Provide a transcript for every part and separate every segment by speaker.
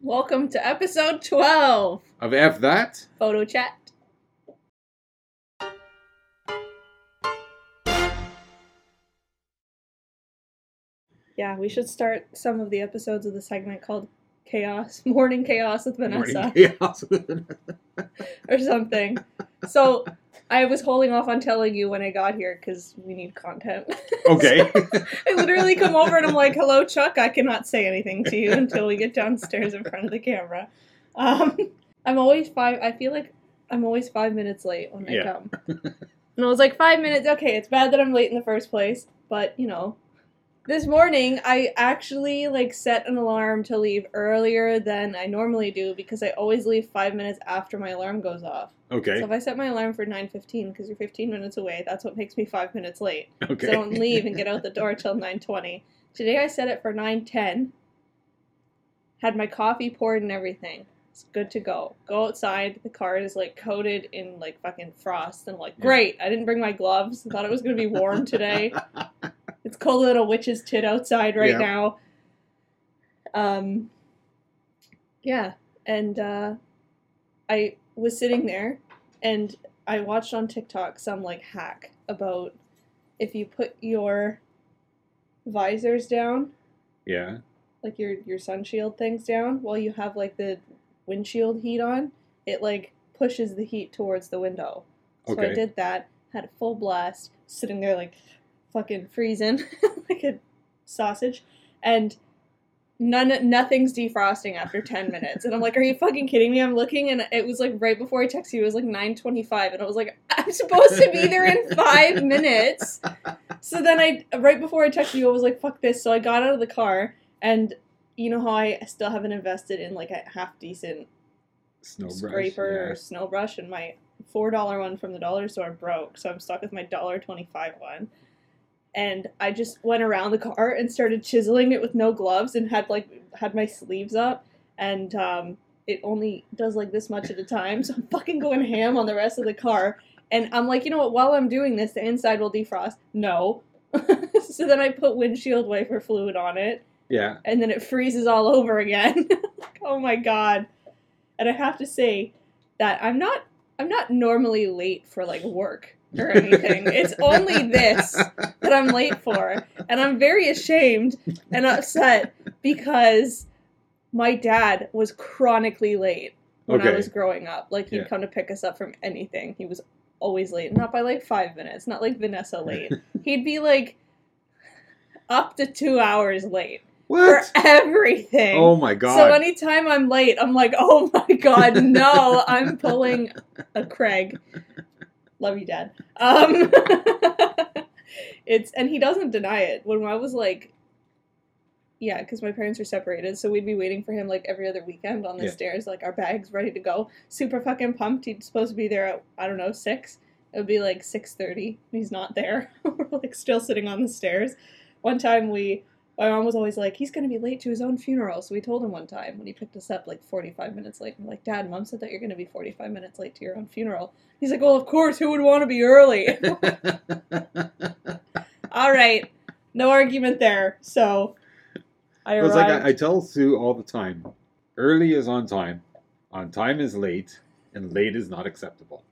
Speaker 1: Welcome to episode 12
Speaker 2: Of F that?
Speaker 1: Photo Chat. Yeah, we should start some of the episodes of the segment called Chaos, Morning Chaos with Vanessa.
Speaker 2: Morning chaos.
Speaker 1: or something. So I was holding off on telling you when I got here because we need content.
Speaker 2: okay.
Speaker 1: I literally come over and I'm like, "Hello, Chuck. I cannot say anything to you until we get downstairs in front of the camera." Um, I'm always five. I feel like I'm always five minutes late when I
Speaker 2: Yeah.
Speaker 1: come. And I was like, five minutes. Okay, it's bad that I'm late in the first place, but you know. This morning, I actually like set an alarm to leave earlier than I normally do because I always leave five minutes after my alarm goes off. So
Speaker 2: Okay.
Speaker 1: if I set my alarm for nine fifteen because you're fifteen minutes away, that's what makes me five minutes late. So I
Speaker 2: Okay.
Speaker 1: don't leave and get out the door till 9:20. Today I set it for 9:10. Had my coffee poured and everything. It's good to go. Go outside. The car is like coated in like fucking frost and I'm like
Speaker 2: Yeah.
Speaker 1: great. I didn't bring my gloves. Thought it was gonna be warm today. it's cold little witch's tit outside right
Speaker 2: Yeah.
Speaker 1: now. Um. Yeah, and uh, I was sitting there, and I watched on TikTok some like hack about if you put your visors down,
Speaker 2: Yeah.
Speaker 1: like your your sunshield things down, while you have like the windshield heat on, it like pushes the heat towards the window. So I
Speaker 2: Okay.
Speaker 1: did that, had a full blast, sitting there like fucking freezing like a sausage, and none nothing's defrosting after ten minutes. And I'm like, are you fucking kidding me? I'm looking, and it was like right before I texted you, it was like nine twenty five, and I was like, I'm supposed to be there in five minutes. So then I right before I texted you, I was like, fuck this. So I got out of the car and. You know how I still haven't invested in like a half decent
Speaker 2: Snow brush,
Speaker 1: scraper or snow brush and my four dollar one from the dollar store broke so i'm stuck with my dollar 25 one and i just went around the car and started chiseling it with no gloves and had like had my sleeves up and um, it only does like this much at a time so i'm fucking going ham on the rest of the car and i'm like you know what while i'm doing this the inside will defrost no so then i put windshield wiper fluid on it
Speaker 2: Yeah.
Speaker 1: and then it freezes all over again. Like, oh my god. And I have to say that I'm not I'm not normally late for like work or anything. it's only this that I'm late for. And I'm very ashamed and upset because my dad was chronically late when I
Speaker 2: Okay.
Speaker 1: was growing up. Like he'd
Speaker 2: Yeah.
Speaker 1: come to pick us up from anything. He was always late. Not by like five minutes, not like Vanessa late. He'd be like up to two hours late for
Speaker 2: What?
Speaker 1: everything.
Speaker 2: Oh my god.
Speaker 1: So anytime I'm late, I'm like, oh my god, no, I'm pulling a Craig. Love you, Dad. Um, it's and he doesn't deny it. When I was like, yeah, because my parents were separated, so we'd be waiting for him like every other weekend on the
Speaker 2: Yeah.
Speaker 1: stairs, like our bags ready to go, super fucking pumped. He'd supposed to be there at I don't know six. It would be like six thirty. He's not there. we're like still sitting on the stairs. One time we my mom was always like, he's going to be late to his own funeral. So we told him one time when he picked us up like 45 minutes late. I'm like, Dad, mom said that you're going to be 45 minutes late to your own funeral. He's like, Well, of course, who would want to be early? all right. No argument there. So I arrived.
Speaker 2: it's like I, I tell Sue all the time early is on time, on time is late, and late is not acceptable.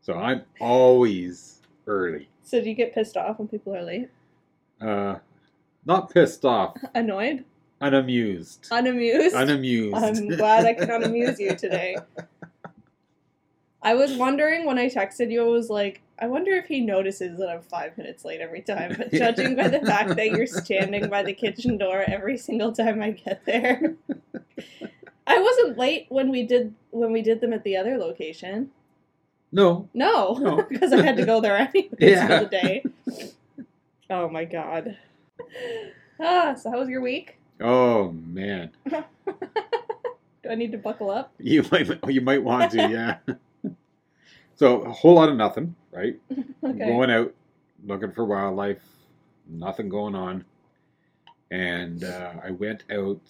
Speaker 2: so I'm always early.
Speaker 1: so do you get pissed off when people are late?
Speaker 2: Uh, not pissed off,
Speaker 1: Annoyed?
Speaker 2: unamused.
Speaker 1: Unamused?
Speaker 2: Unamused.
Speaker 1: I'm glad I could unamuse you today. I was wondering when I texted you, I was like, I wonder if he notices that I'm five minutes late every time. But judging by the fact that you're standing by the kitchen door every single time I get there, I wasn't late when we did when we did them at the other location.
Speaker 2: no.
Speaker 1: No,
Speaker 2: No.
Speaker 1: because I had to go there anyway
Speaker 2: Yeah.
Speaker 1: for the day. Oh my god. Ah, so how was your week?
Speaker 2: Oh man.
Speaker 1: Do I need to buckle up?
Speaker 2: You might you might want to, yeah. so a whole lot of nothing, right?
Speaker 1: Okay.
Speaker 2: Going out, looking for wildlife, nothing going on. And uh, I went out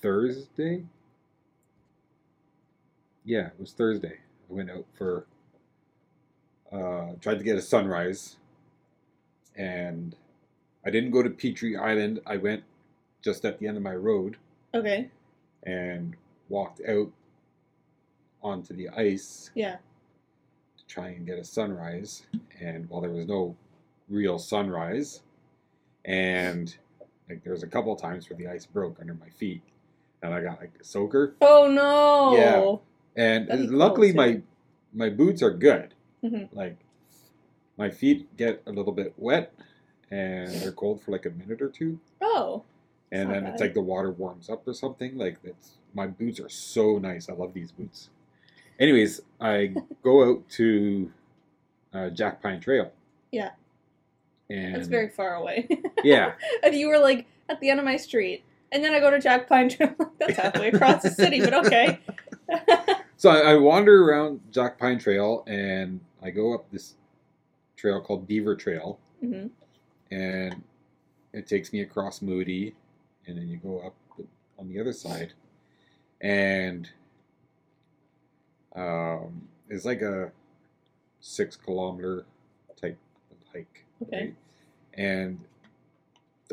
Speaker 2: Thursday. Yeah, it was Thursday. I went out for uh, tried to get a sunrise, and I didn't go to Petrie Island. I went just at the end of my road
Speaker 1: Okay.
Speaker 2: and walked out onto the ice
Speaker 1: Yeah.
Speaker 2: to try and get a sunrise. And while there was no real sunrise, and like there was a couple times where the ice broke under my feet, and I got like a soaker.
Speaker 1: Oh no.
Speaker 2: Yeah. And
Speaker 1: That'd be
Speaker 2: luckily,
Speaker 1: cool,
Speaker 2: my
Speaker 1: too.
Speaker 2: my boots are good.
Speaker 1: Mhm.
Speaker 2: Like my feet get a little bit wet, and they're cold for like a minute or two,
Speaker 1: Oh. That's
Speaker 2: and
Speaker 1: not
Speaker 2: then it's
Speaker 1: bad.
Speaker 2: like the water warms up or something. Like it's my boots are so nice. I love these boots. Anyways, I go out to uh, Jack Pine Trail.
Speaker 1: Yeah.
Speaker 2: And
Speaker 1: That's very far away.
Speaker 2: yeah,
Speaker 1: and you were like at the end of my street. And then I go to Jack Pine Trail. That's halfway across the city, but okay.
Speaker 2: So I, I wander around Jack Pine Trail and I go up this trail called Beaver Trail
Speaker 1: hmm
Speaker 2: and it takes me across Moody and then you go up on the other side and um, it's like a six kilometer type of hike.
Speaker 1: Okay.
Speaker 2: And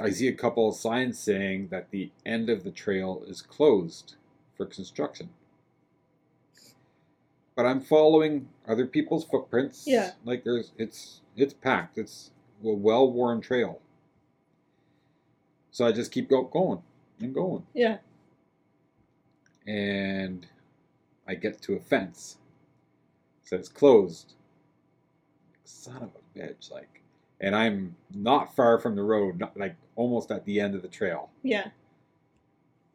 Speaker 2: I see a couple of signs saying that the end of the trail is closed for construction. But I'm following other people's footprints.
Speaker 1: Yeah.
Speaker 2: Like there's it's it's packed. It's a well-worn trail. So I just keep go- going and going
Speaker 1: Yeah.
Speaker 2: and I get to a fence. Says closed. Son of a bitch, like, and I'm not far from the road, not, like almost at the end of the trail.
Speaker 1: Yeah.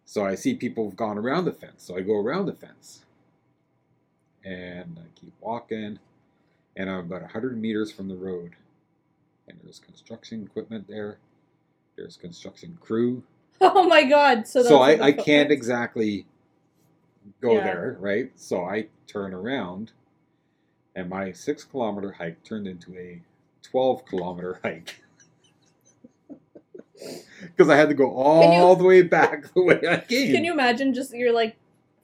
Speaker 2: So I see people have gone around the fence, so I go around the fence, and I keep walking, and I'm about hundred meters from the road, and there's construction equipment there, there's construction crew,
Speaker 1: Oh my god. So
Speaker 2: so,
Speaker 1: that's
Speaker 2: I,
Speaker 1: the
Speaker 2: I can't
Speaker 1: footprints.
Speaker 2: exactly go
Speaker 1: Yeah.
Speaker 2: there, right? So I turn around, and my six kilometer hike turned into a 12 kilometer hike. Because I had to go all the way back the way I came.
Speaker 1: Can you imagine just you're like,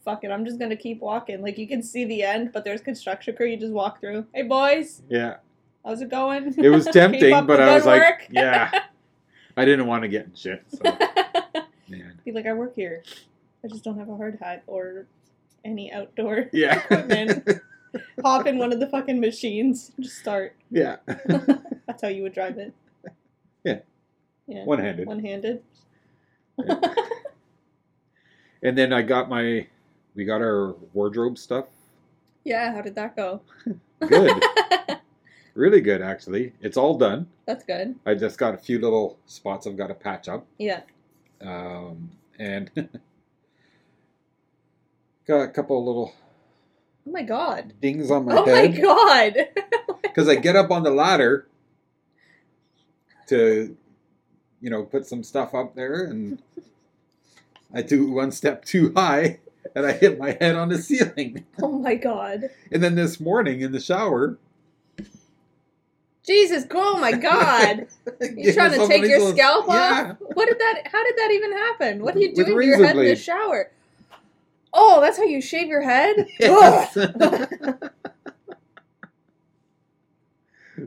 Speaker 1: fuck it, I'm just gonna keep walking. Like you can see the end, but there's construction crew, you just walk through. Hey boys,
Speaker 2: yeah,
Speaker 1: how's it going?
Speaker 2: it was
Speaker 1: Keep
Speaker 2: tempting,
Speaker 1: up
Speaker 2: but
Speaker 1: the
Speaker 2: I was
Speaker 1: good
Speaker 2: like,
Speaker 1: work.
Speaker 2: yeah, I didn't want to get in shit. So, man,
Speaker 1: Be like, I work here. I just don't have a hard hat or any outdoor
Speaker 2: yeah,
Speaker 1: equipment. Hop in one of the fucking machines. Just start.
Speaker 2: yeah,
Speaker 1: That's how you would drive it.
Speaker 2: Yeah.
Speaker 1: Yeah.
Speaker 2: one handed.
Speaker 1: One handed.
Speaker 2: And then I got my, we got our wardrobe stuff.
Speaker 1: Yeah, how did that go?
Speaker 2: Good. really good, actually. It's all done.
Speaker 1: That's good.
Speaker 2: I just got a few little spots I've got to patch up.
Speaker 1: Yeah.
Speaker 2: Um, and got a couple little
Speaker 1: Oh my god.
Speaker 2: dings on my
Speaker 1: oh my
Speaker 2: head.
Speaker 1: god.
Speaker 2: Because I get up on the ladder to, you know, put some stuff up there. And I do one step too high and I hit my head on the ceiling.
Speaker 1: Oh my god.
Speaker 2: And then this morning in the shower,
Speaker 1: Jesus, oh my god. You trying to take your scalp
Speaker 2: Yeah.
Speaker 1: off? What did that how did that even happen? What are you
Speaker 2: With a
Speaker 1: doing to
Speaker 2: razor
Speaker 1: your head in the
Speaker 2: blade.
Speaker 1: shower? Oh, that's how you shave your head? Ugh.
Speaker 2: Yes.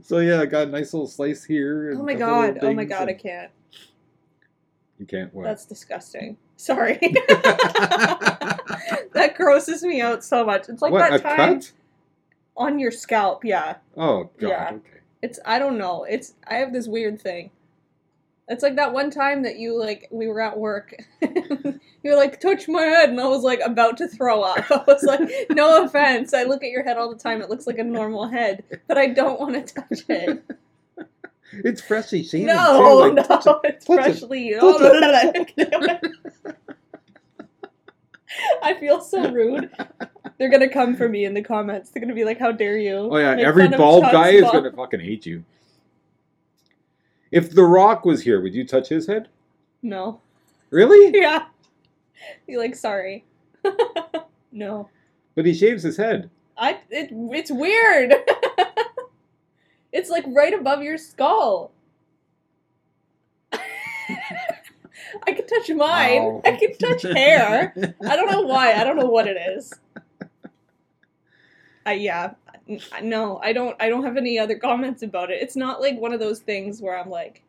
Speaker 2: so yeah, I got a nice little slice here. and
Speaker 1: Oh my
Speaker 2: a couple little
Speaker 1: god. Oh my
Speaker 2: things
Speaker 1: god, I
Speaker 2: and-
Speaker 1: can't.
Speaker 2: You can't what?
Speaker 1: That's disgusting. Sorry. that grosses me out so much. It's like
Speaker 2: what
Speaker 1: that
Speaker 2: a
Speaker 1: time
Speaker 2: cut?
Speaker 1: on your scalp, yeah.
Speaker 2: Oh god.
Speaker 1: Yeah.
Speaker 2: Okay.
Speaker 1: It's I don't know. It's I have this weird thing. It's like that one time that you like we were at work. You're like touch my head, and I was like about to throw up. I was like, no offense. I look at your head all the time. It looks like a normal head, but I don't want to touch it.
Speaker 2: It's freshly shaven.
Speaker 1: no,
Speaker 2: too, like,
Speaker 1: no,
Speaker 2: touch it.
Speaker 1: it's
Speaker 2: touch it,
Speaker 1: freshly.
Speaker 2: touch
Speaker 1: I feel so rude. They're gonna come for me in the comments. They're gonna be like, "How dare you?"
Speaker 2: Oh yeah,
Speaker 1: make
Speaker 2: every
Speaker 1: fun of
Speaker 2: bald
Speaker 1: Chuck's
Speaker 2: guy is
Speaker 1: bald-
Speaker 2: gonna fucking hate you. If The Rock was here, would you touch his head?
Speaker 1: No.
Speaker 2: Really?
Speaker 1: Yeah. Be like, sorry. no.
Speaker 2: But he shaves his head.
Speaker 1: I it, it's weird. it's like right above your skull. I can touch mine.
Speaker 2: Wow.
Speaker 1: I can touch hair. I don't know why. I don't know what it is. I yeah. N- No, I don't I don't have any other comments about it. It's not like one of those things where I'm like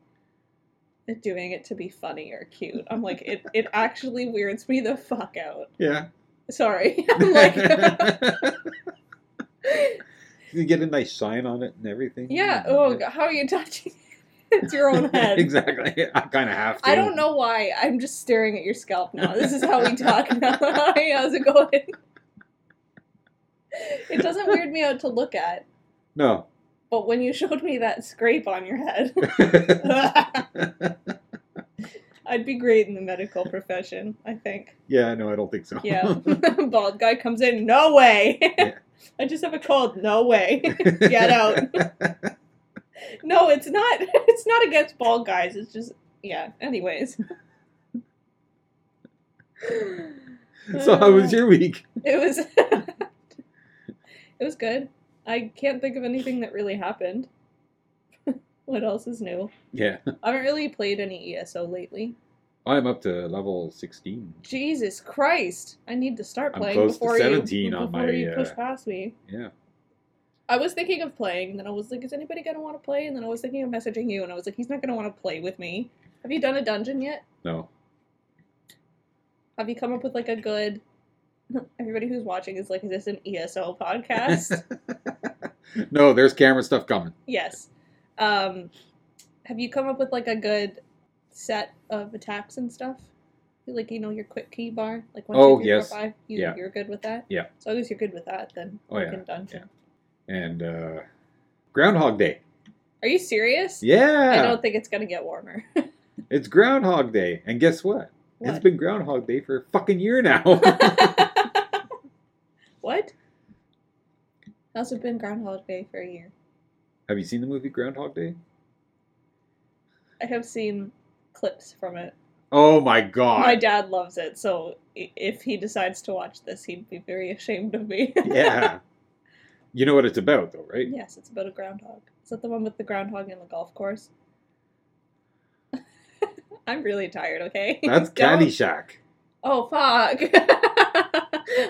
Speaker 1: at doing it to be funny or cute. I'm like, it, it actually weirds me the fuck out.
Speaker 2: Yeah.
Speaker 1: Sorry. I'm like,
Speaker 2: you get a nice shine on it and everything.
Speaker 1: yeah, oh, how are you touching it? It's your own head.
Speaker 2: exactly. I kind of have to.
Speaker 1: I don't know why. I'm just staring at your scalp now. This is how we talk now. Hi, how's it going? It doesn't weird me out to look at,
Speaker 2: No.
Speaker 1: but when you showed me that scrape on your head, I'd be great in the medical profession, I think.
Speaker 2: yeah, no, I don't think so.
Speaker 1: Yeah. Bald guy comes in, no way.
Speaker 2: Yeah.
Speaker 1: I just have a cold, no way. Get out. no, it's not it's not against bald guys. It's just yeah, anyways.
Speaker 2: so how
Speaker 1: Uh,
Speaker 2: was your week?
Speaker 1: It was It was good. I can't think of anything that really happened. what else is new?
Speaker 2: Yeah,
Speaker 1: I haven't really played any ESO lately.
Speaker 2: I'm up to level 16.
Speaker 1: Jesus Christ! I need to start
Speaker 2: I'm
Speaker 1: playing
Speaker 2: close to
Speaker 1: before
Speaker 2: 17
Speaker 1: you
Speaker 2: on
Speaker 1: before
Speaker 2: my,
Speaker 1: you push
Speaker 2: uh,
Speaker 1: past me.
Speaker 2: Yeah.
Speaker 1: I was thinking of playing, and then I was like, "Is anybody gonna want to play?" And then I was thinking of messaging you, and I was like, "He's not gonna want to play with me." Have you done a dungeon yet?
Speaker 2: No.
Speaker 1: Have you come up with like a good? Everybody who's watching is like, "Is this an ESO podcast?"
Speaker 2: no, there's camera stuff coming.
Speaker 1: yes. Um, have you come up with like a good set of attacks and stuff? Like you know your quick key bar, like one, two, three, four, five.
Speaker 2: Oh, yes.
Speaker 1: You,
Speaker 2: Yeah.
Speaker 1: You're good with that.
Speaker 2: Yeah.
Speaker 1: So long as you're good with that, then
Speaker 2: Oh,
Speaker 1: you
Speaker 2: yeah.
Speaker 1: can dungeon.
Speaker 2: And uh, Groundhog Day.
Speaker 1: Are you serious? I
Speaker 2: Yeah.
Speaker 1: don't think it's gonna get warmer.
Speaker 2: It's Groundhog Day. And guess what? It's
Speaker 1: What?
Speaker 2: been Groundhog Day for a fucking year now.
Speaker 1: what? How's it been Groundhog Day for a year?
Speaker 2: Have you seen the movie Groundhog Day?
Speaker 1: I have seen clips from it.
Speaker 2: Oh my god.
Speaker 1: My dad loves it, so i- if he decides to watch this, he'd be very ashamed of me.
Speaker 2: yeah. You know what it's about though, right?
Speaker 1: yes, it's about a groundhog. Is that the one with the groundhog and the golf course? I'm really tired, okay?
Speaker 2: That's
Speaker 1: Don't-
Speaker 2: Caddyshack.
Speaker 1: Oh, fuck.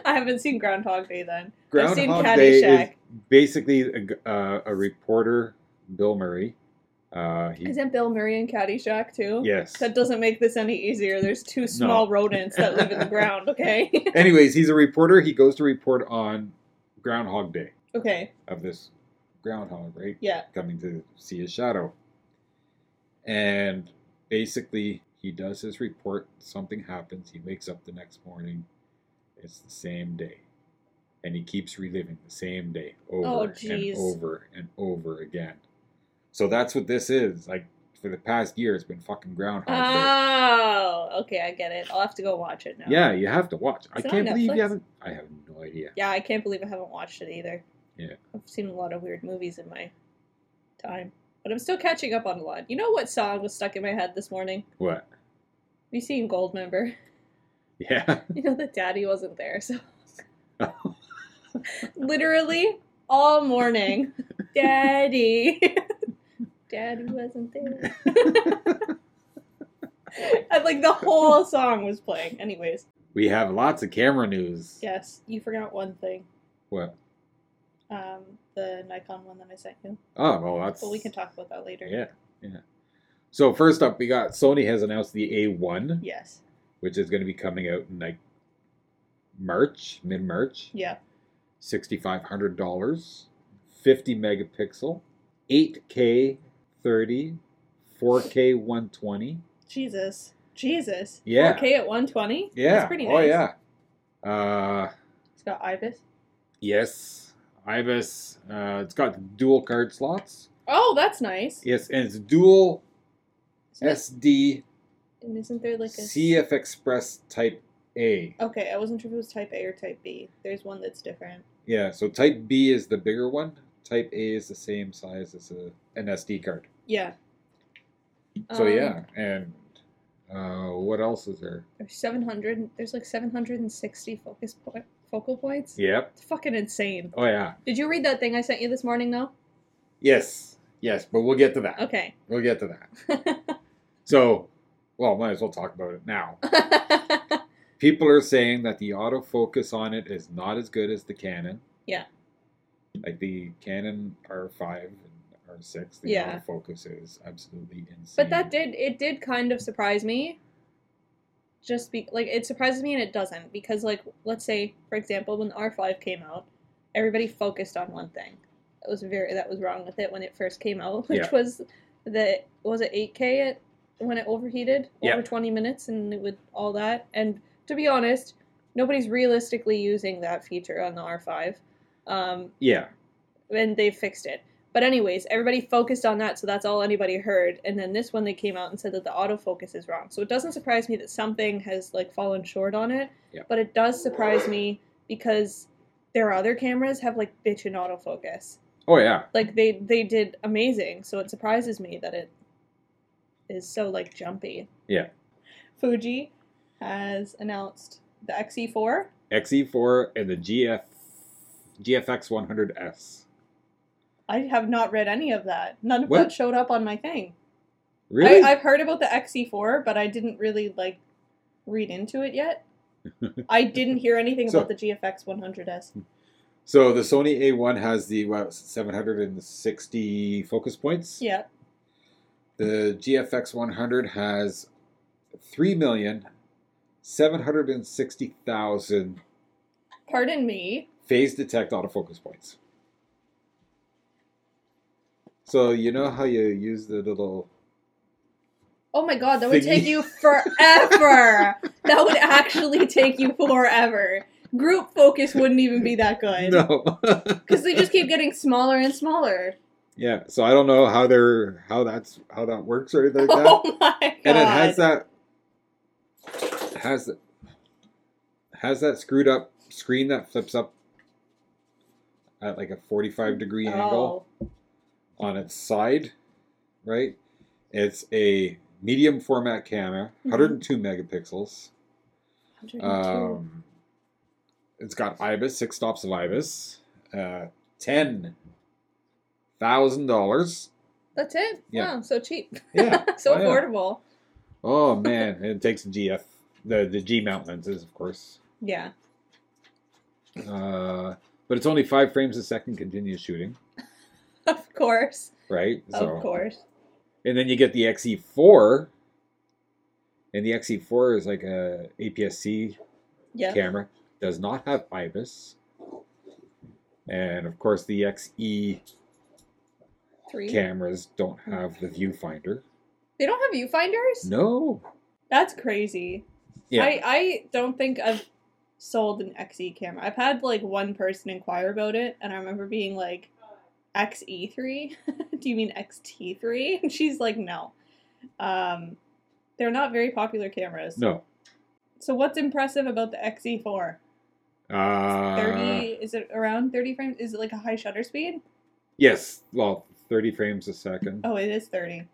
Speaker 1: I haven't seen Groundhog Day then. I've seen
Speaker 2: Groundhog Day
Speaker 1: Caddyshack.
Speaker 2: is basically a, g- uh, a reporter, Bill Murray. Uh, he,
Speaker 1: Isn't Bill Murray in Caddyshack too?
Speaker 2: yes.
Speaker 1: That doesn't make this any easier. There's two small rodents that live in the ground, okay?
Speaker 2: Anyways, he's a reporter. He goes to report on Groundhog Day
Speaker 1: okay,
Speaker 2: of this groundhog, right?
Speaker 1: yeah.
Speaker 2: Coming to see his shadow. And basically, he does his report. Something happens. He wakes up the next morning. It's the same day. And he keeps reliving the same day
Speaker 1: Oh,
Speaker 2: over and
Speaker 1: jeez.
Speaker 2: over and over again. So that's what this is. Like, for the past year, it's been fucking Groundhog Day.
Speaker 1: Oh, okay, I get it. I'll have to go watch it now.
Speaker 2: Yeah, you have to watch. I
Speaker 1: Is it on
Speaker 2: can't believe
Speaker 1: Netflix?
Speaker 2: you haven't. I have no idea.
Speaker 1: Yeah, I can't believe I haven't watched it either.
Speaker 2: Yeah.
Speaker 1: I've seen a lot of weird movies in my time, but I'm still catching up on a lot. You know what song was stuck in my head this morning?
Speaker 2: What?
Speaker 1: Have you seen Goldmember?
Speaker 2: Yeah.
Speaker 1: You know that daddy wasn't there, so. Literally all morning. Daddy. daddy wasn't there. and like the whole song was playing. Anyways,
Speaker 2: We have lots of camera news.
Speaker 1: yes, you forgot one thing.
Speaker 2: What?
Speaker 1: Um, the Nikon one that I sent you.
Speaker 2: Oh, well, that's.
Speaker 1: But we can talk about that later.
Speaker 2: Yeah, yeah. So first up, we got Sony has announced the A1,
Speaker 1: Yes.
Speaker 2: which is going to be coming out in like March, mid March.
Speaker 1: Yeah.
Speaker 2: Sixty five hundred dollars, fifty megapixel, eight K thirty, four K one twenty.
Speaker 1: Jesus. Jesus.
Speaker 2: Yeah.
Speaker 1: 4K at 120?
Speaker 2: Yeah.
Speaker 1: That's pretty nice.
Speaker 2: Oh yeah. Uh,
Speaker 1: It's got IBIS.
Speaker 2: yes. Ibis. Uh, it's got dual card slots.
Speaker 1: Oh, that's nice.
Speaker 2: Yes, and it's dual
Speaker 1: Isn't it-
Speaker 2: SD
Speaker 1: And isn't there like a
Speaker 2: CF Express Type A.
Speaker 1: Okay, I wasn't sure if it was type A or type B. There's one that's different.
Speaker 2: Yeah, so type B is the bigger one. Type A is the same size as a, an SD card.
Speaker 1: Yeah.
Speaker 2: So
Speaker 1: Um,
Speaker 2: yeah, and uh, what else is there?
Speaker 1: There's 700. There's like 760 focus point, focal points.
Speaker 2: Yep.
Speaker 1: It's fucking insane.
Speaker 2: Oh yeah.
Speaker 1: Did you read that thing I sent you this morning though?
Speaker 2: Yes. Yes, but we'll get to that.
Speaker 1: Okay.
Speaker 2: We'll get to that. So, well, might as well talk about it now. People are saying that the autofocus on it is not as good as the Canon.
Speaker 1: Yeah.
Speaker 2: Like the Canon R5 and or six. The amount
Speaker 1: Yeah.
Speaker 2: of focus is absolutely insane.
Speaker 1: But that did it did kind of surprise me. Just be like it surprises me and it doesn't because like let's say for example when R five came out, everybody focused on one thing. That was very that was wrong with it when it first came out, which
Speaker 2: Yeah.
Speaker 1: was the was it eight K it when it overheated
Speaker 2: Yeah.
Speaker 1: over twenty minutes and it would all that. And to be honest, nobody's realistically using that feature on the R five. Um,
Speaker 2: yeah,
Speaker 1: and they fixed it. But anyways, everybody focused on that, so that's all anybody heard. And then this one, they came out and said that the autofocus is wrong. So it doesn't surprise me that something has like fallen short on it.
Speaker 2: Yeah.
Speaker 1: But it does surprise me because their other cameras have like bitchin' autofocus.
Speaker 2: oh yeah,
Speaker 1: Like they they did amazing. So it surprises me that it is so like jumpy.
Speaker 2: Yeah.
Speaker 1: Fuji has announced the E XE4.
Speaker 2: XE4 E and the GF GFX 100S.
Speaker 1: I have not read any of that. None of
Speaker 2: What?
Speaker 1: that showed up on my thing.
Speaker 2: Really?
Speaker 1: I, I've heard about the XE4, but I didn't really like read into it yet. I didn't hear anything
Speaker 2: So-
Speaker 1: about the GFX 100S.
Speaker 2: so the Sony A1 has the what, 760 focus points.
Speaker 1: Yeah,
Speaker 2: The GFX 100 has 3,760,000
Speaker 1: pardon me.
Speaker 2: phase detect autofocus points. So you know how you use the little
Speaker 1: Oh my god, that would
Speaker 2: Thingy.
Speaker 1: take you forever. that would actually take you forever. Group focus wouldn't even be that good
Speaker 2: no.
Speaker 1: because they just keep getting smaller and smaller.
Speaker 2: yeah, so I don't know how they're how that's how that works or anything like that.
Speaker 1: Oh my god!
Speaker 2: and it has that has has that screwed up screen that flips up at like a 45 degree angle
Speaker 1: Oh,
Speaker 2: on its side right it's a medium format camera
Speaker 1: Mhm.
Speaker 2: 102 megapixels
Speaker 1: 102.
Speaker 2: um, it's got ibis six stops of ibis uh, ten thousand dollars
Speaker 1: That's it.
Speaker 2: yeah.
Speaker 1: Wow, so cheap,
Speaker 2: yeah
Speaker 1: so
Speaker 2: Oh, yeah.
Speaker 1: affordable.
Speaker 2: oh man and it takes the gf the the g mount lenses of course
Speaker 1: Yeah.
Speaker 2: Uh, but it's only five frames a second continuous shooting,
Speaker 1: of course,
Speaker 2: right?
Speaker 1: of course.
Speaker 2: And then you get the XE4, and the XE4 is like a APS-C
Speaker 1: Yeah.
Speaker 2: camera, does not have IBIS, and of course the XE
Speaker 1: Three. Hmm.
Speaker 2: cameras don't have the viewfinder.
Speaker 1: They don't have viewfinders?
Speaker 2: No,
Speaker 1: That's crazy.
Speaker 2: yeah,
Speaker 1: I, I don't think I've sold an XE camera. I've had like one person inquire about it, and I remember being like, XE3? Do you mean XT3? And she's like, no. Um, they're not very popular cameras.
Speaker 2: no.
Speaker 1: So what's impressive about the XE4?
Speaker 2: Uh,
Speaker 1: 30, is it around 30 frames? Is it like a high shutter speed?
Speaker 2: Yes, well, thirty frames a second,
Speaker 1: Oh, it is 30.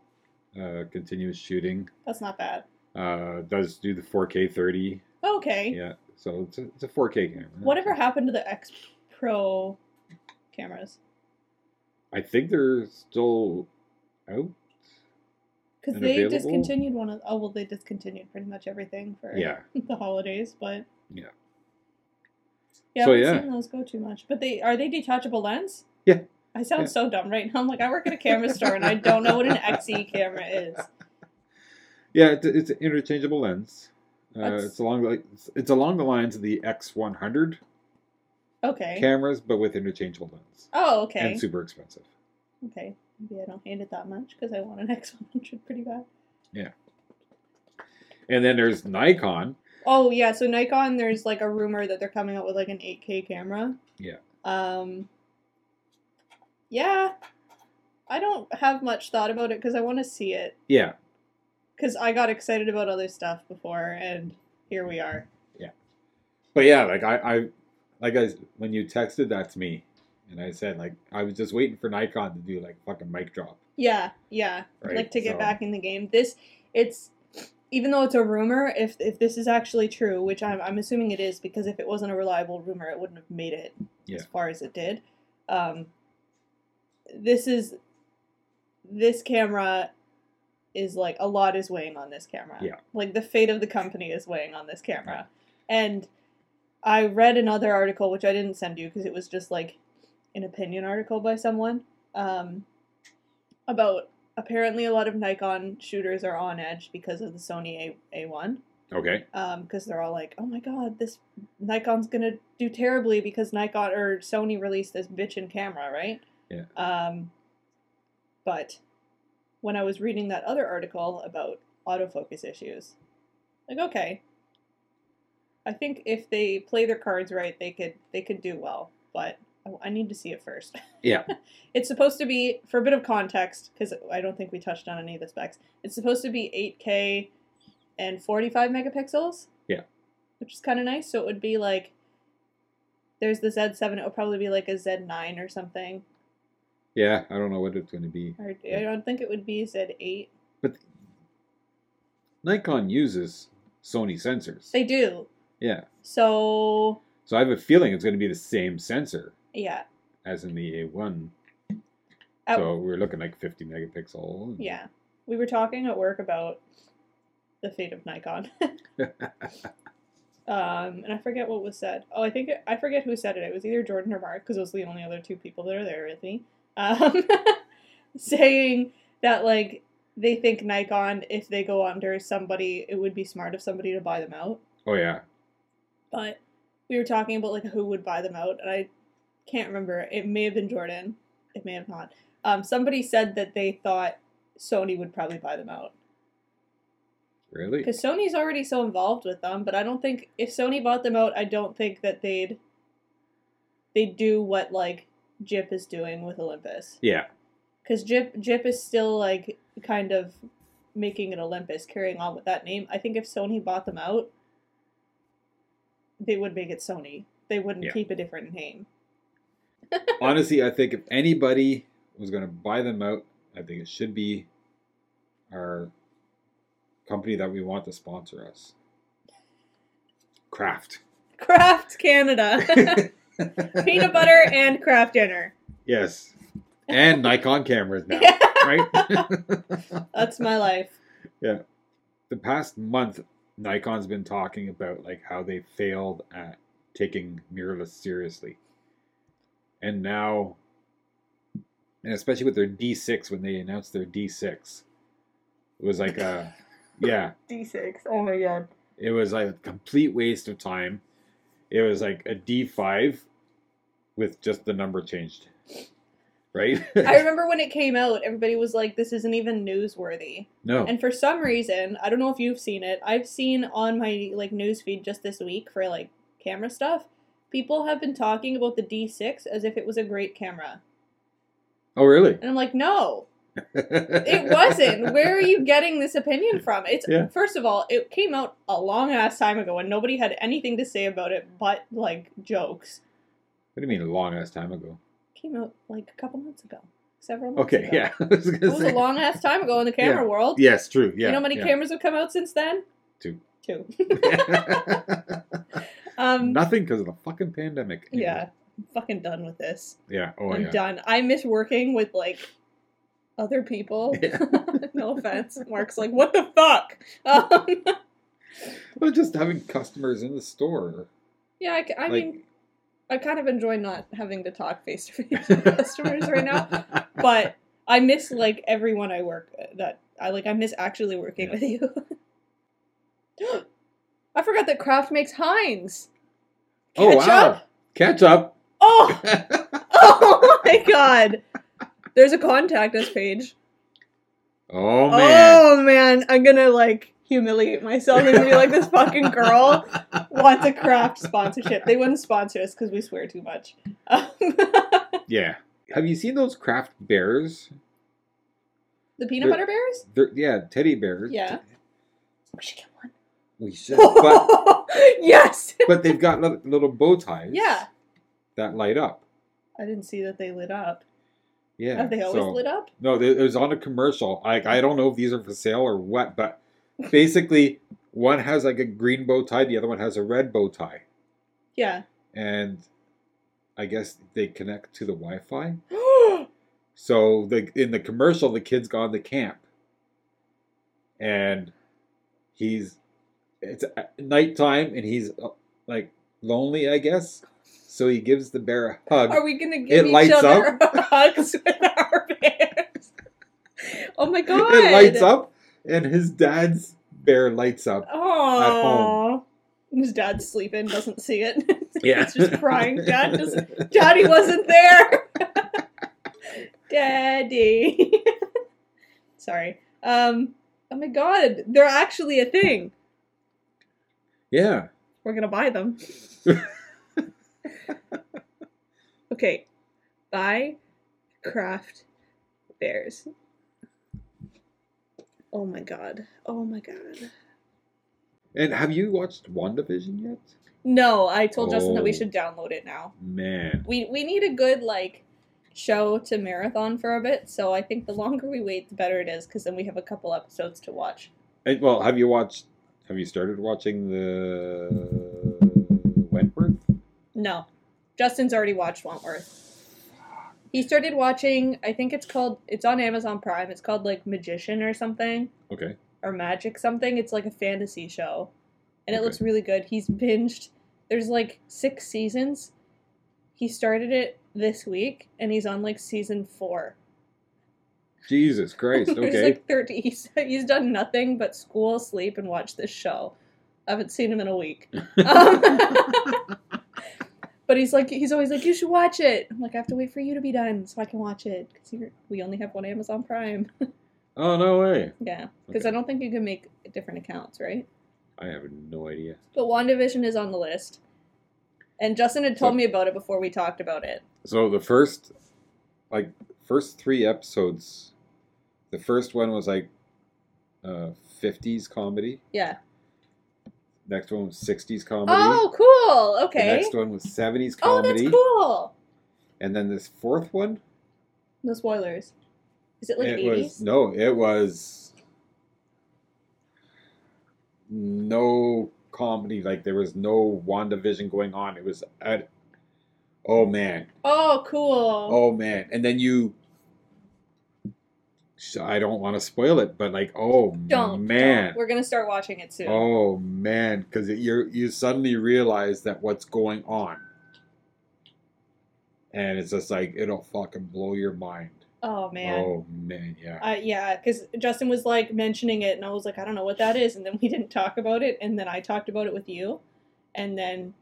Speaker 1: Oh.
Speaker 2: uh, continuous shooting.
Speaker 1: That's not bad.
Speaker 2: Uh, does do the 4K 30.
Speaker 1: Okay.
Speaker 2: Yeah, so it's a, it's a 4K camera.
Speaker 1: Whatever happened to the X Pro cameras?
Speaker 2: I think they're still out.
Speaker 1: Because
Speaker 2: and
Speaker 1: they
Speaker 2: available?
Speaker 1: discontinued one of oh well they discontinued pretty much everything for
Speaker 2: Yeah.
Speaker 1: the holidays, but
Speaker 2: Yeah.
Speaker 1: Yeah,
Speaker 2: So,
Speaker 1: I haven't
Speaker 2: yeah.
Speaker 1: seen those go too much. But they are they detachable lens?
Speaker 2: Yeah.
Speaker 1: I sound
Speaker 2: Yeah.
Speaker 1: so dumb right now. I'm like I work at a camera store and I don't know what an XE camera is.
Speaker 2: Yeah, it's, it's an interchangeable lens. Uh,
Speaker 1: That's-
Speaker 2: it's along like it's, it's along the lines of the X100
Speaker 1: Okay.
Speaker 2: cameras, but with interchangeable lens
Speaker 1: oh, okay.
Speaker 2: and super expensive.
Speaker 1: okay. Maybe I don't hate it that much because I want an X100 pretty bad.
Speaker 2: And then there's Nikon.
Speaker 1: Oh yeah, so Nikon, there's like a rumor that they're coming out with like an 8K camera.
Speaker 2: Yeah.
Speaker 1: Um. Yeah, I don't have much thought about it because I want to see it
Speaker 2: Yeah,
Speaker 1: because I got excited about other stuff before, and here we are.
Speaker 2: but yeah, like I, I like I when you texted that to me, and I said like I was just waiting for Nikon to do like fucking mic drop.
Speaker 1: Yeah, yeah.
Speaker 2: Right,
Speaker 1: like to get
Speaker 2: so-
Speaker 1: back in the game. This, it's even though it's a rumor, if if this is actually true, which I'm I'm assuming it is, because if it wasn't a reliable rumor, it wouldn't have made it
Speaker 2: Yeah.
Speaker 1: as far as it did. Um, this is this camera is like a lot is weighing on this camera.
Speaker 2: Yeah.
Speaker 1: Like the fate of the company is weighing on this camera, and I read another article which I didn't send you because it was just like an opinion article by someone. Um, about apparently a lot of Nikon shooters are on edge because of the Sony A- A1
Speaker 2: Okay.
Speaker 1: because they're all like, "Oh my god, this Nikon's gonna do terribly because Nikon or Sony released this bitchin' camera, right?"
Speaker 2: Yeah.
Speaker 1: Um, but when I was reading that other article about autofocus issues, like, okay, I think if they play their cards right, they could they could do well. But I, I need to see it first.
Speaker 2: Yeah.
Speaker 1: it's supposed to be for a bit of context because I don't think we touched on any of the specs. It's supposed to be 8K and 45 megapixels.
Speaker 2: Yeah.
Speaker 1: Which is kind of nice. So it would be like there's the Z7. It would probably be like a Z9 or something.
Speaker 2: Yeah, I don't know what it's going to be.
Speaker 1: Or I don't think it would be a Z8.
Speaker 2: But Nikon uses Sony sensors.
Speaker 1: They do.
Speaker 2: yeah.
Speaker 1: So
Speaker 2: So I have a feeling it's going to be the same sensor
Speaker 1: yeah,
Speaker 2: as in the A1.
Speaker 1: Oh.
Speaker 2: So we're looking like 50 megapixel. and-
Speaker 1: yeah. We were talking at work about the fate of Nikon. Um, and I forget what was said. Oh, I think I forget who said it. It was either Jordan or Mark because those are the only other two people that are there with me. Um, saying that like they think Nikon, if they go under somebody, it would be smart of somebody to buy them out.
Speaker 2: oh, yeah.
Speaker 1: But we were talking about like who would buy them out, and I can't remember. It may have been Jordan. It may have not. Um, somebody said that they thought Sony would probably buy them out.
Speaker 2: Really?
Speaker 1: Because Sony's already so involved with them, but I don't think if Sony bought them out, I don't think that they'd they'd do what like Jip is doing with Olympus.
Speaker 2: Yeah.
Speaker 1: Because Jip Jip is still like kind of making an Olympus, carrying on with that name. I think if Sony bought them out, they would make it Sony. They wouldn't
Speaker 2: Yeah.
Speaker 1: keep a different name.
Speaker 2: Honestly, I think if anybody was going to buy them out, I think it should be our company that we want to sponsor us. Kraft.
Speaker 1: Kraft Canada, peanut butter and Kraft dinner.
Speaker 2: Yes. And Nikon cameras now, right?
Speaker 1: That's my life.
Speaker 2: the past month, Nikon's been talking about like how they failed at taking mirrorless seriously, and now, and especially with their D6 when they announced their D6, it was like a, yeah,
Speaker 1: D six. Oh my god.
Speaker 2: it was like a complete waste of time. It was like a D5 with just the number changed, right?
Speaker 1: I remember when it came out, everybody was like, this isn't even newsworthy.
Speaker 2: no,
Speaker 1: And for some reason, I don't know if you've seen it, I've seen on my like newsfeed just this week for like camera stuff, people have been talking about the D6 as if it was a great camera.
Speaker 2: oh really?
Speaker 1: And I'm like, no, it
Speaker 2: it
Speaker 1: wasn't. Where are you getting this opinion from? It's
Speaker 2: Yeah.
Speaker 1: first of all, it came out a long ass time ago and nobody had anything to say about it but like jokes.
Speaker 2: What do you mean a long ass time ago?
Speaker 1: came out like a couple months ago. Several months
Speaker 2: Okay,
Speaker 1: ago.
Speaker 2: yeah. I was
Speaker 1: It
Speaker 2: gonna
Speaker 1: was
Speaker 2: say.
Speaker 1: a long ass time ago in the camera world.
Speaker 2: Yes, true. Yeah.
Speaker 1: you know how many
Speaker 2: yeah.
Speaker 1: cameras have come out since then?
Speaker 2: Two.
Speaker 1: Two. Um,
Speaker 2: Nothing because of the fucking pandemic.
Speaker 1: yeah. I'm fucking done with this.
Speaker 2: Yeah. Oh
Speaker 1: I'm
Speaker 2: yeah.
Speaker 1: done. I miss working with like other people.
Speaker 2: Yeah.
Speaker 1: no offense. Mark's like, what the fuck? Um,
Speaker 2: Well, just having customers in the store.
Speaker 1: yeah, I, c- I
Speaker 2: Like-
Speaker 1: mean, I kind of enjoy not having to talk face to face with customers right now, but I miss like everyone I work uh, that I like. I miss actually working with you. I forgot that Kraft makes Heinz.
Speaker 2: Oh
Speaker 1: Ketchup?
Speaker 2: wow! Ketchup.
Speaker 1: Oh, oh my god. There's a contact us page.
Speaker 2: oh man.
Speaker 1: Oh man, I'm gonna like humiliate myself and be like, this fucking girl wants a craft sponsorship. They wouldn't sponsor us because we swear too much. Um,
Speaker 2: Yeah. Have you seen those craft bears?
Speaker 1: the peanut butter bears?
Speaker 2: They're, yeah, teddy bears.
Speaker 1: Yeah. We should get one.
Speaker 2: We should. but
Speaker 1: yes!
Speaker 2: but they've got li- little bow ties.
Speaker 1: Yeah.
Speaker 2: That light up.
Speaker 1: I didn't see that they lit up.
Speaker 2: Yeah.
Speaker 1: Have they always
Speaker 2: so-
Speaker 1: lit up?
Speaker 2: No, th- it was on a commercial. Like I don't know if these are for sale or what, but basically, one has like a green bow tie, the other one has a red bow tie,
Speaker 1: Yeah.
Speaker 2: and I guess they connect to the Wi-Fi. So the in the commercial, the kid's gone to camp, and he's it's at nighttime, and he's uh, like lonely, I guess. So he gives the bear a hug.
Speaker 1: Are we gonna give
Speaker 2: It
Speaker 1: each
Speaker 2: lights
Speaker 1: other hugs with our bears? Oh my god.
Speaker 2: It lights up, and his dad's bear lights up.
Speaker 1: Oh. His dad's sleeping, doesn't see it. He's just crying. Dad just Daddy wasn't there. Daddy. Sorry. Um oh my god, they're actually a thing.
Speaker 2: Yeah.
Speaker 1: We're gonna buy them. okay. Buy craft bears. Oh my god. Oh my god.
Speaker 2: And have you watched WandaVision yet?
Speaker 1: No, I told Justin that we
Speaker 2: Oh.
Speaker 1: should download it now.
Speaker 2: Man.
Speaker 1: We we need a good like show to marathon for a bit, so I think the longer we wait the better it is cuz then we have a couple episodes to watch.
Speaker 2: And, well, have you watched? Have you started watching the Wentworth?
Speaker 1: No. Justin's already watched Wentworth. He started watching, I think it's called, it's on Amazon Prime. It's called like Magician or something,
Speaker 2: Okay.
Speaker 1: or Magic something. It's like a fantasy show. And it
Speaker 2: Okay.
Speaker 1: looks really good. He's binged, there's like six seasons. He started it this week and he's on like season four.
Speaker 2: Jesus Christ.
Speaker 1: There's
Speaker 2: Okay.
Speaker 1: like 30. He's, he's done nothing but school, sleep, and watch this show. I haven't seen him in a week. Um, but he's like, he's always like, you should watch it. I'm like, I have to wait for you to be done so I can watch it because we only have one Amazon Prime.
Speaker 2: oh no way.
Speaker 1: yeah, because
Speaker 2: Okay.
Speaker 1: I don't think you can make different accounts, right?
Speaker 2: I have no idea.
Speaker 1: But WandaVision is on the list, and Justin had told
Speaker 2: So-
Speaker 1: me about it before we talked about it.
Speaker 2: So the first, like, first three episodes, the first one was like, uh, fifties comedy.
Speaker 1: Yeah.
Speaker 2: Next one was sixties comedy.
Speaker 1: Oh, cool.
Speaker 2: The
Speaker 1: Okay.
Speaker 2: next one was seventies
Speaker 1: Oh, that's
Speaker 2: comedy.
Speaker 1: cool.
Speaker 2: And then this fourth one,
Speaker 1: No spoilers. Is it like
Speaker 2: it
Speaker 1: 80s?
Speaker 2: was no, it was no comedy. Like there was no WandaVision going on. It was at, oh man,
Speaker 1: Oh, cool.
Speaker 2: oh man. And then you, sh- I don't want to spoil it, but like oh
Speaker 1: don't.
Speaker 2: man,
Speaker 1: don't. We're gonna start watching it soon.
Speaker 2: oh man, because you you suddenly realize that what's going on, and it's just like it'll fucking blow your mind.
Speaker 1: Oh, man.
Speaker 2: Oh man, yeah.
Speaker 1: Uh, yeah, because Justin was like mentioning it, and I was like, I don't know what that is, and then we didn't talk about it, and then I talked about it with you, and then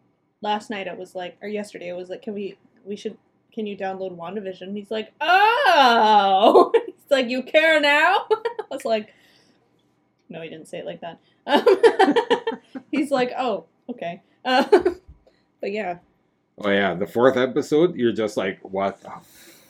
Speaker 1: last night I was like, or yesterday I was like, can we, we should, can you download WandaVision? And he's like, oh, he's like, you care now? I was like, no, he didn't say it like that. Um, he's like, oh, okay, uh, but yeah,
Speaker 2: Oh yeah, the fourth episode, you're just like, what the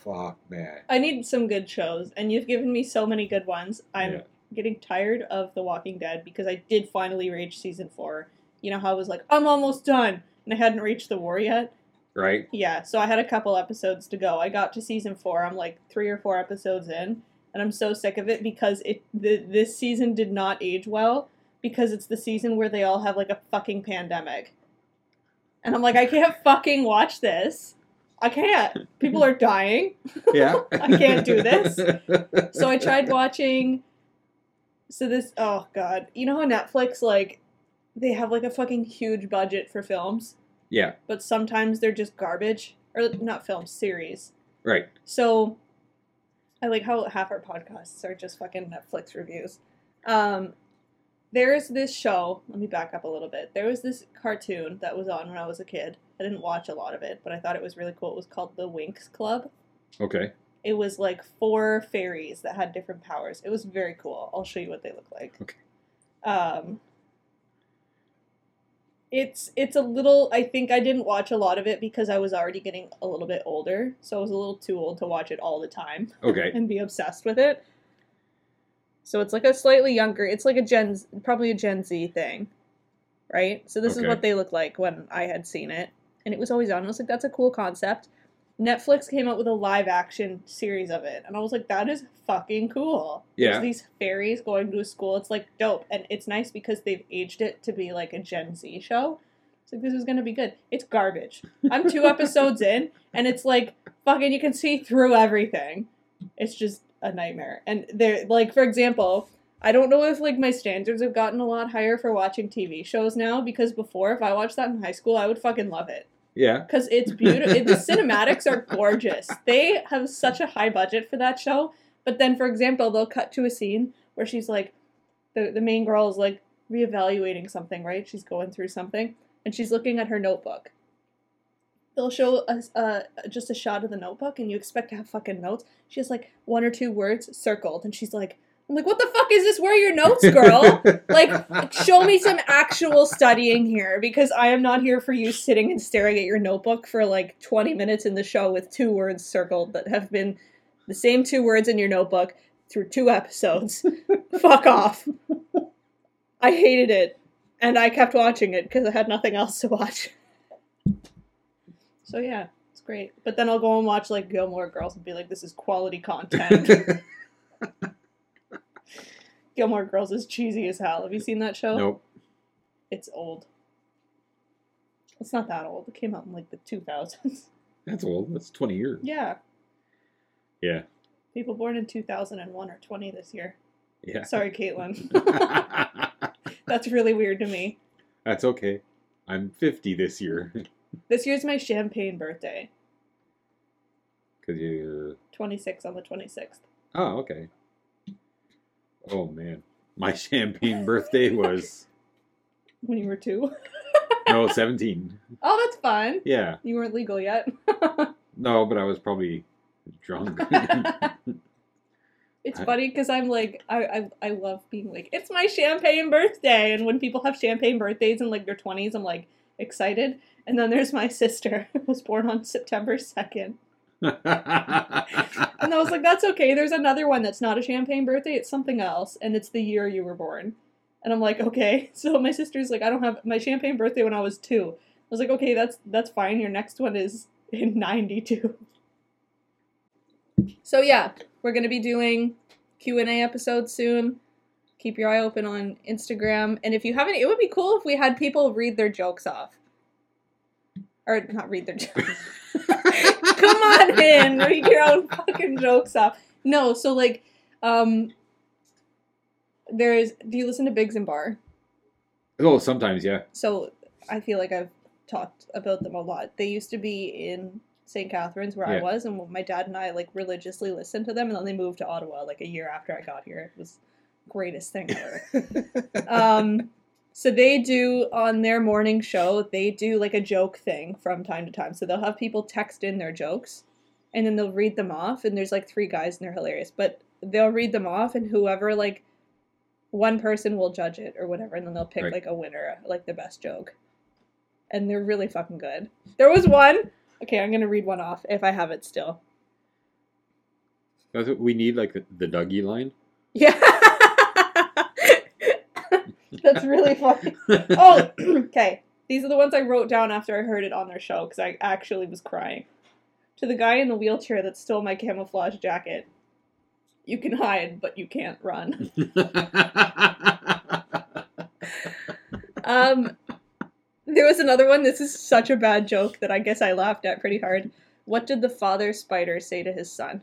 Speaker 2: fuck, man?
Speaker 1: I need some good shows, and you've given me so many good ones. I'm
Speaker 2: Yeah.
Speaker 1: getting tired of The Walking Dead because I did finally reach season four. You know how I was like, I'm almost done, and I hadn't reached the war yet?
Speaker 2: Right?
Speaker 1: Yeah, so I had a couple episodes to go. I got to season four, I'm like three or four episodes in, and I'm so sick of it because it th- this season did not age well because it's the season where they all have like a fucking pandemic. And I'm like, I can't fucking watch this. I can't. People are dying.
Speaker 2: Yeah.
Speaker 1: I can't do this. So I tried watching. So this, oh god, you know how Netflix like, they have like a fucking huge budget for films,
Speaker 2: Yeah.
Speaker 1: but sometimes they're just garbage or not films series.
Speaker 2: Right.
Speaker 1: So, I like how half our podcasts are just fucking Netflix reviews. Um, there's this show. Let me back up a little bit. There was this cartoon that was on when I was a kid. I didn't watch a lot of it, but I thought it was really cool. It was called The Winx Club
Speaker 2: Okay.
Speaker 1: it was like four fairies that had different powers. It was very cool. I'll show you what they look like. Okay. Um it's it's a little I think I didn't watch a lot of it because I was already getting a little bit older, so I was a little too old to watch it all the time
Speaker 2: Okay.
Speaker 1: and be obsessed with it. So it's like a slightly younger, it's like a Gen Z- probably a Gen Z thing. Right? So this
Speaker 2: Okay.
Speaker 1: is what they look like when I had seen it. And it was always on. I was like, that's a cool concept. Netflix came out with a live action series of it. And I was like, that is fucking cool. There's
Speaker 2: Yeah.
Speaker 1: these fairies going to a school. It's like dope. And it's nice because they've aged it to be like a Gen Z show. It's like, this is going to be good. It's garbage. I'm two episodes in, and it's like, fucking, you can see through everything it's just a nightmare. And they're like, for example, I don't know if like my standards have gotten a lot higher for watching TV shows now because before, if I watched that in high school, I would fucking love it
Speaker 2: Yeah.
Speaker 1: because it's beautiful. the cinematics are gorgeous. They have such a high budget for that show. But then, for example, they'll cut to a scene where she's like, the, the main girl is like reevaluating something, right? She's going through something and she's looking at her notebook. They'll show us uh, just a shot of the notebook and you expect to have fucking notes. She has like one or two words circled and she's like, I'm like, what the fuck is this? Where are your notes, girl? like, show me some actual studying here because I am not here for you sitting and staring at your notebook for like 20 minutes in the show with two words circled that have been the same two words in your notebook through two episodes. Fuck off. I hated it. And I kept watching it because I had nothing else to watch. So yeah, it's great. But then I'll go and watch like Gilmore Girls and be like, this is quality content. Gilmore Girls is cheesy as hell. Have you seen that show?
Speaker 2: nope.
Speaker 1: It's old. It's not that old. It came out in like the 2000s.
Speaker 2: That's old. That's 20 years.
Speaker 1: yeah.
Speaker 2: Yeah.
Speaker 1: People born in 2001 or 20 this year.
Speaker 2: Yeah.
Speaker 1: Sorry, Caitlin. That's really weird to me.
Speaker 2: That's okay. I'm 50 this year.
Speaker 1: This year's my champagne birthday.
Speaker 2: Because you're.
Speaker 1: 26 on the 26th.
Speaker 2: Oh, okay. Oh, man. My champagne birthday was.
Speaker 1: When you were two.
Speaker 2: No, 17.
Speaker 1: Oh, that's fun.
Speaker 2: Yeah.
Speaker 1: You weren't legal yet.
Speaker 2: No, but I was probably drunk.
Speaker 1: it's
Speaker 2: I-
Speaker 1: funny because I'm like, I, I, I love being like, it's my champagne birthday. And when people have champagne birthdays in like their 20s, I'm like excited. And then there's my sister who was born on September 2nd. And I was like, that's okay. There's another one that's not a champagne birthday. It's something else. And it's the year you were born. And I'm like, okay. So my sister's like, I don't have my champagne birthday when I was two. I was like, okay, that's that's fine. Your next one is in 92. So yeah, we're going to be doing Q&A episodes soon. Keep your eye open on Instagram. And if you haven't, it would be cool if we had people read their jokes off. Or not read their jokes. Come on in, read your own fucking jokes off. No, so like, um, there is. Do you listen to Biggs and Bar?
Speaker 2: oh, sometimes, yeah.
Speaker 1: So I feel like I've talked about them a lot. They used to be in St. Catharines where I
Speaker 2: Yeah.
Speaker 1: was, and my dad and I like religiously listened to them, and then they moved to Ottawa like a year after I got here. It was greatest thing ever um, so they do on their morning show, they do like a joke thing from time to time. So they'll have people text in their jokes and then they'll read them off. And there's like three guys and they're hilarious, but they'll read them off and whoever, like, one person will judge it or whatever. And then they'll pick
Speaker 2: Right.
Speaker 1: like a winner, like the best joke. And they're really fucking good. There was one. Okay, I'm going to read one off if I have it still.
Speaker 2: That's what we need, like the, the Dougie line.
Speaker 1: Yeah. That's really funny. Oh, okay. These are the ones I wrote down after I heard it on their show because I actually was crying. To the guy in the wheelchair that stole my camouflage jacket. You can hide, but you can't run. Um, there was another one. This is such a bad joke that I guess I laughed at pretty hard. What did the father spider say to his son?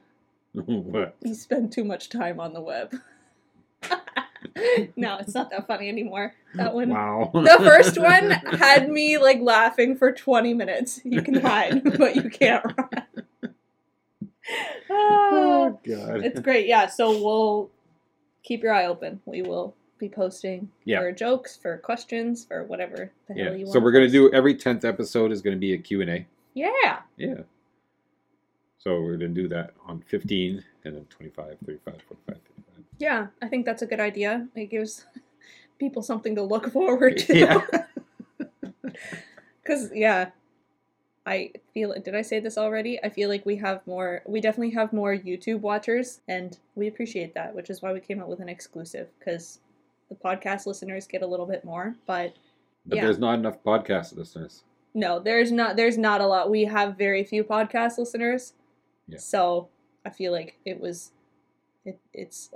Speaker 2: what?
Speaker 1: You spend too much time on the web. no, it's not that funny anymore. That one.
Speaker 2: Wow.
Speaker 1: The first one had me like laughing for 20 minutes. You can hide, but you can't run. Ah,
Speaker 2: Oh, God.
Speaker 1: it's great. Yeah, so we'll keep your eye open. We will be posting
Speaker 2: Yeah.
Speaker 1: for jokes, for questions, for whatever the hell
Speaker 2: yeah.
Speaker 1: you want.
Speaker 2: So we're gonna do every tenth episode is gonna be a Q and A.
Speaker 1: Yeah.
Speaker 2: Yeah. So we're gonna do that on fifteen and then 25, 35, 45, 55.
Speaker 1: Yeah, I think that's a good idea. It gives people something to look forward to.
Speaker 2: Yeah.
Speaker 1: Cause yeah, I feel. Did I say this already? I feel like we have more. We definitely have more YouTube watchers, and we appreciate that, which is why we came out with an exclusive. Cause the podcast listeners get a little bit more, but
Speaker 2: But
Speaker 1: Yeah.
Speaker 2: there's not enough podcast listeners.
Speaker 1: no, there's not. There's not a lot. We have very few podcast listeners,
Speaker 2: Yeah.
Speaker 1: so I feel like it was. It, it's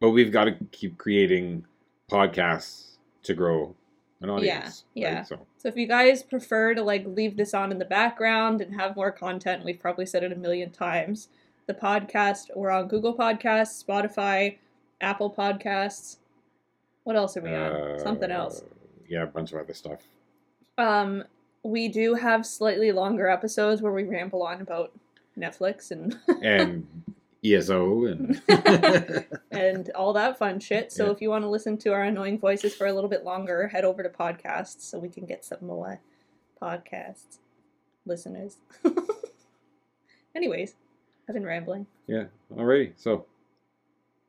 Speaker 2: But we've got to keep creating podcasts to grow an audience.
Speaker 1: yeah.
Speaker 2: Right? So
Speaker 1: So if you guys prefer to like leave this on in the background and have more content, we've probably said it a million times. The podcast, we're on Google Podcasts, Spotify, Apple Podcasts. What else are we on? Something
Speaker 2: uh,
Speaker 1: else.
Speaker 2: Yeah, a bunch of other stuff.
Speaker 1: Um, we do have slightly longer episodes where we ramble on about Netflix and
Speaker 2: and ESO and
Speaker 1: and all that fun shit. So
Speaker 2: Yeah.
Speaker 1: if you want to listen to our annoying voices for a little bit longer, head over to podcasts so we can get some more podcasts listeners. Anyways, I've been rambling.
Speaker 2: yeah. Alrighty, so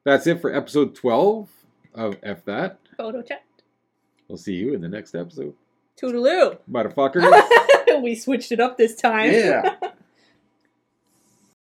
Speaker 2: that's it for episode twelve of F that.
Speaker 1: Photo chat.
Speaker 2: We'll see you in the next episode,
Speaker 1: Toodaloo.
Speaker 2: motherfuckers.
Speaker 1: we switched it up this time.
Speaker 2: yeah.